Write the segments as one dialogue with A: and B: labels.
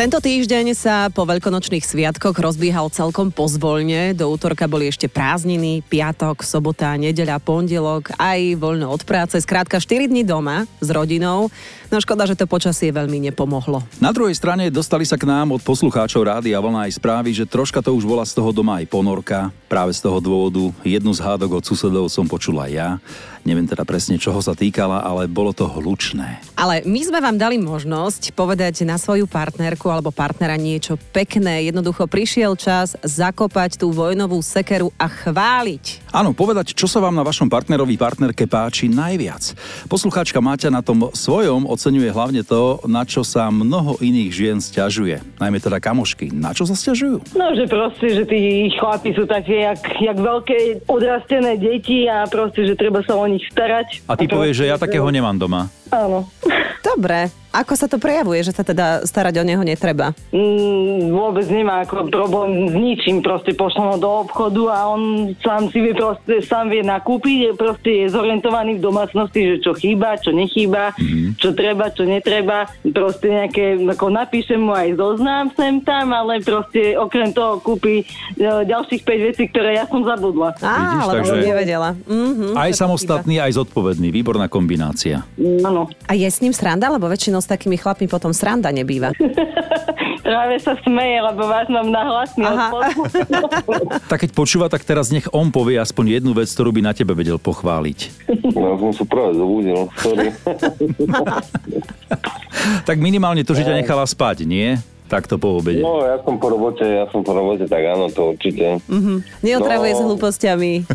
A: Tento týždeň sa po veľkonočných sviatkoch rozbiehal celkom pozvolne. Do útorka boli ešte prázdniny, piatok, sobota, nedeľa, pondelok, aj voľno od práce. Skrátka 4 dní doma s rodinou. No škoda, že to počasie veľmi nepomohlo.
B: Na druhej strane dostali sa k nám od poslucháčov rády a vlna aj správy, že troška to už bola z toho doma aj ponorka. Práve z toho dôvodu jednu z hádok od susedov som počula ja. Neviem teda presne, čoho sa týkala, ale bolo to hlučné.
A: Ale my sme vám dali možnosť povedať na svoju partnerku alebo partnera niečo pekné. Jednoducho prišiel čas zakopať tú vojnovú sekeru a chváliť.
B: Áno, povedať, čo sa vám na vašom partnerovi, partnerke páči najviac. Poslucháčka Máťa na tom svojom oceňuje hlavne to, na čo sa mnoho iných žien stiažuje. Najmä teda kamošky. Na čo sa stiažujú?
C: No, že proste, že tí chlapi sú také, jak, jak veľké odrastené deti a proste, že treba sa o nich starať.
B: A ty povieš, že ja takého nemám doma.
C: Áno.
A: Dobre, ako sa to prejavuje, že sa teda starať o neho netreba?
C: Mm, vôbec nemá ako problém s ničím, proste pošlem ho do obchodu a on sám si vie proste, sám vie nakúpiť, je proste je zorientovaný v domácnosti, že čo chýba, čo nechýba, mm. čo treba, čo netreba, proste nejaké, ako napíšem mu aj zoznám sem tam, ale proste okrem toho kúpi e, ďalších 5 vecí, ktoré ja som zabudla.
A: Á,
B: Vidíš,
A: ale
B: takže-
A: takže... nevedela. Mhm,
B: Aj
A: že to
B: samostatný, aj zodpovedný. Výborná kombinácia.
C: Áno.
A: chýba. A je s ním sranda, lebo väčšinou s takými chlapmi potom sranda nebýva.
C: Práve sa smeje, lebo vás mám nahlasný
A: Aha.
B: Tak keď počúva, tak teraz nech on povie aspoň jednu vec, ktorú by na tebe vedel pochváliť.
D: No, ja som sa práve zobudil, sorry.
B: Tak minimálne to, že ťa nechala spať, nie? Takto po obede.
D: No, ja som po robote, ja som po robote, tak áno, to určite.
A: Neotravuje s
D: No.
A: hlúpostiami.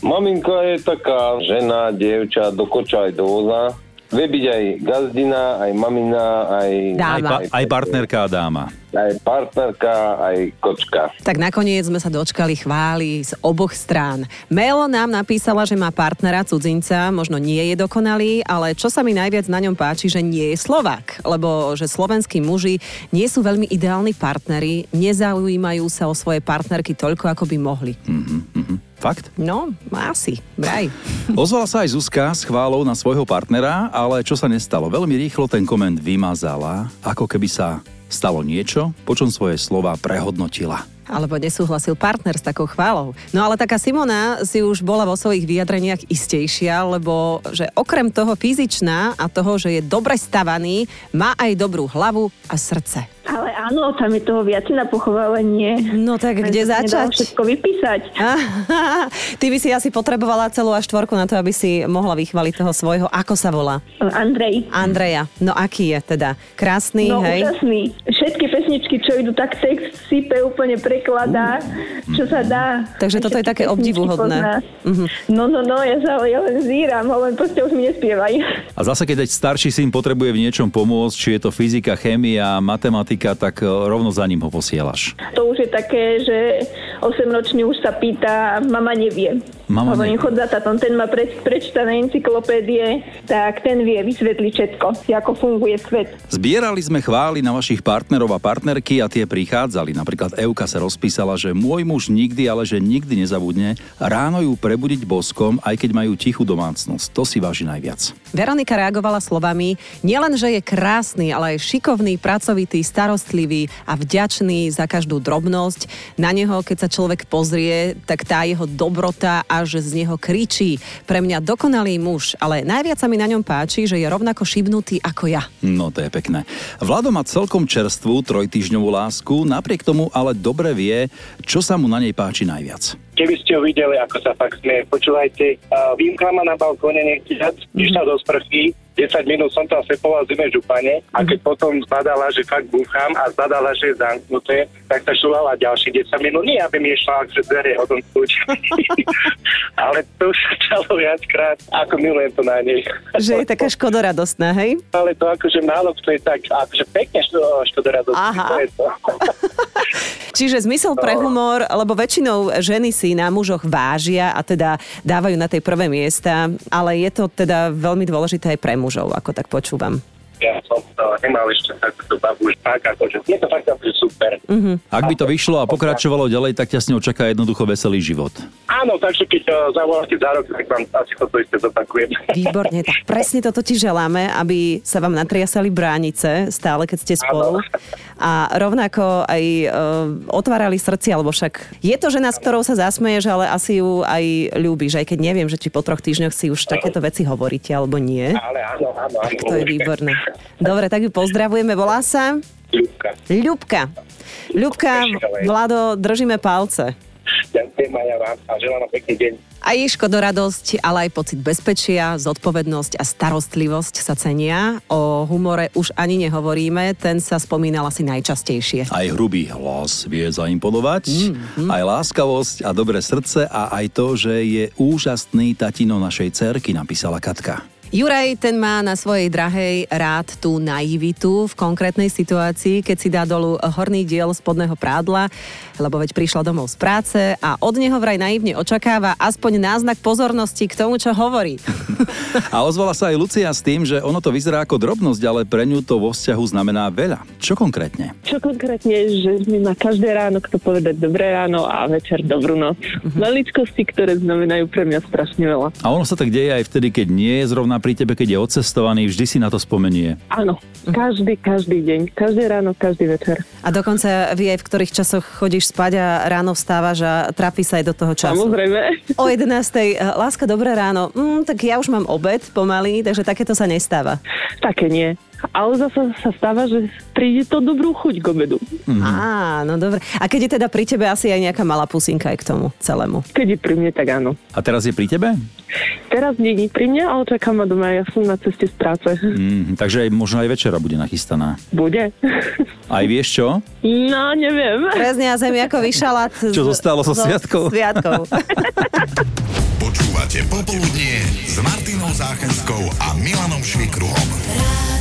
D: Maminka je taká žena, dievča, dokoča aj do voza. Vie byť aj gazdina, aj mamina, aj,
A: Dáma.
B: Aj, pa- aj partnerka a dáma.
D: aj partnerka, aj kočka.
A: Tak nakoniec sme sa dočkali chvály z oboch strán. Melo nám napísala, že má partnera cudzinca, možno nie je dokonalý, ale čo sa mi najviac na ňom páči, že nie je Slovák, lebo že slovenskí muži nie sú veľmi ideálni partneri, nezaujímajú sa o svoje partnerky toľko, ako by mohli.
B: Fakt?
A: No, asi, vraj.
B: Ozvala sa aj Zuzka s chválou na svojho partnera, ale čo sa nestalo? Veľmi rýchlo ten koment vymazala, ako keby sa stalo niečo, po čom svoje slova prehodnotila.
A: Alebo nesúhlasil partner s takou chválou. No ale taká Simona si už bola vo svojich vyjadreniach istejšia, lebo že okrem toho fyzičná a toho, že je dobre stavaný, má aj dobrú hlavu a srdce.
E: Ale áno, tam je toho viac na pochovávanie.
A: No tak kde
E: Sa nedá
A: začať?
E: všetko vypísať.
A: Aha, ty by si asi potrebovala celú až štvorku na to, aby si mohla vychvaliť toho svojho, ako sa volá.
E: Andrej.
A: Andreja. No aký je teda? Krásny,
E: No,
A: hej?
E: úžasný. Všetky pesničky, čo idú, tak text sype úplne prekladá,
B: Mm.
E: čo sa dá.
A: Takže toto je
E: Všetky
A: také
E: pesničky
A: obdivuhodné.
E: pozná.
A: Mhm.
E: No, no, no, ja sa ja len zíram, hovorím, proste už mi nespievaj.
B: A zase, keď aj starší syn potrebuje v niečom pomôcť, či je to fyzika, chémia, matematika, tak e, rovno za ním ho posielaš.
E: To už je také, že 8-ročný už sa pýta, mama nevie.
B: Mama
E: Hovorím,
B: nevie.
E: chod za tatom, ten má pre, prečítané encyklopédie, tak ten vie vysvetliť všetko, ako funguje svet.
B: Zbierali sme chvály na vašich partnerov a partnerky a tie prichádzali. Napríklad Euka sa rozpísala, že môj muž nikdy, ale že nikdy nezabudne ráno ju prebudiť boskom, aj keď majú tichú domácnosť. To si váži najviac.
A: Veronika reagovala slovami, nielen, že je krásny, ale aj šikovný, pracovitý, starostlivý a vďačný za každú drobnosť. Na neho, keď sa človek pozrie, tak tá jeho dobrota až z neho kričí. Pre mňa dokonalý muž, ale najviac sa mi na ňom páči, že je rovnako šibnutý ako ja.
B: No to je pekné. Vlado má celkom čerstvú trojtýždňovú lásku, napriek tomu ale dobre vie, čo sa mu na nej páči najviac.
F: keby ste ho videli, ako sa fakt smeje. Počúvajte, uh, výmkla ma na balkóne nechťac,
A: Mhm.
F: išla do sprchy, 10 minút som tam sepoval zime župane a
A: Mhm.
F: keď potom zbadala, že fakt búcham a zbadala, že je zamknuté, tak sa šulala ďalšie 10 minút. Nie, aby mi išla, že dvere odomknúť. Ale to už sa stalo viackrát, ako milujem to na nej.
A: Že je taká škodoradostná, hej?
F: Ale to akože málo kto je tak, akože pekne što, što doradosť.
A: Aha.
F: To je to.
A: Čiže zmysel pre humor, lebo väčšinou ženy si na mužoch vážia a teda dávajú na tej prvé miesta, ale je to teda veľmi dôležité aj pre mužov, ako tak počúvam.
F: ja som to nemal ešte takúto babu už tak, akože je to fakt akože super.
A: Mm-hmm.
B: Ak by to vyšlo a pokračovalo ďalej, tak ťa s ňou čaká jednoducho veselý život.
F: Áno, takže keď uh, zavoláte za rok, tak vám asi toto isté zopakujem.
A: Výborne, tak presne toto ti želáme, aby sa vám natriasali bránice stále, keď ste spolu. A rovnako aj e, otvárali srdci, alebo však je to žena, s ktorou sa zasmeješ, ale asi ju aj ľúbiš, aj keď neviem, že či po troch týždňoch si už takéto veci hovoríte, alebo nie.
F: Ale áno, áno, áno.
A: To je výborné. Dobre, tak ju pozdravujeme, volá sa
F: Ľubka.
A: Ľubka. Ľubka, Vlado, držíme palce.
F: Ďakujem aj ja vám a želám vám pekný deň.
A: Aj jej škodorradosť, ale aj pocit bezpečia, zodpovednosť a starostlivosť sa cenia. O humore už ani nehovoríme, ten sa spomínal asi najčastejšie.
B: Aj hrubý hlas vie zaimponovať, aj láskavosť a dobré srdce a aj to, že je úžasný tatino našej cerky, napísala Katka.
A: Juraj, ten má na svojej drahej rád tú naivitu v konkrétnej situácii, keď si dá dolu horný diel spodného prádla, lebo veď prišla domov z práce a od neho vraj naivne očakáva aspoň náznak pozornosti k tomu, čo hovorí.
B: A ozvala sa aj Lucia s tým, že ono to vyzerá ako drobnosť, ale pre ňu to vo vzťahu znamená veľa. Čo konkrétne?
G: Čo konkrétne, že mi má každé ráno kto povedať dobré ráno a večer dobrú noc. Maličkosti, ktoré znamenajú pre mňa strašne veľa.
B: A ono sa tak deje aj vtedy, keď nie je zrovna pri tebe, keď je odcestovaný, vždy si na to spomenie.
G: Áno, každý, každý deň, každé ráno, každý večer.
A: A dokonca vie aj, v ktorých časoch chodíš spať a ráno vstávaš a trafí sa aj do toho času.
G: Samozrejme.
A: O 11. Láska, dobré ráno. Mm, tak ja už mám obed pomaly, takže takéto sa nestáva.
G: Také nie. Ale zase sa stáva, že príde to dobrú chuť k obedu.
B: Mhm.
A: Mm. Á, no dobre. A keď je teda pri tebe asi aj nejaká malá pusinka aj k tomu celému.
G: Keď je pri mne, tak áno.
B: A teraz je pri tebe?
G: Teraz nie je pri mne, ale čaká ma doma. Ja som na ceste z práce.
B: Mm, takže aj, možno aj večera bude nachystaná.
G: Bude?
B: Aj vieš čo?
G: no, neviem.
A: Prezne a zemi ako vyšalát. z-
B: Čo zostalo zo
A: zo
B: sviatkov.
A: sviatkov.
H: Počúvate Popoludnie s Martinou Záchenskou a Milanom Švikruhom.
I: rádio.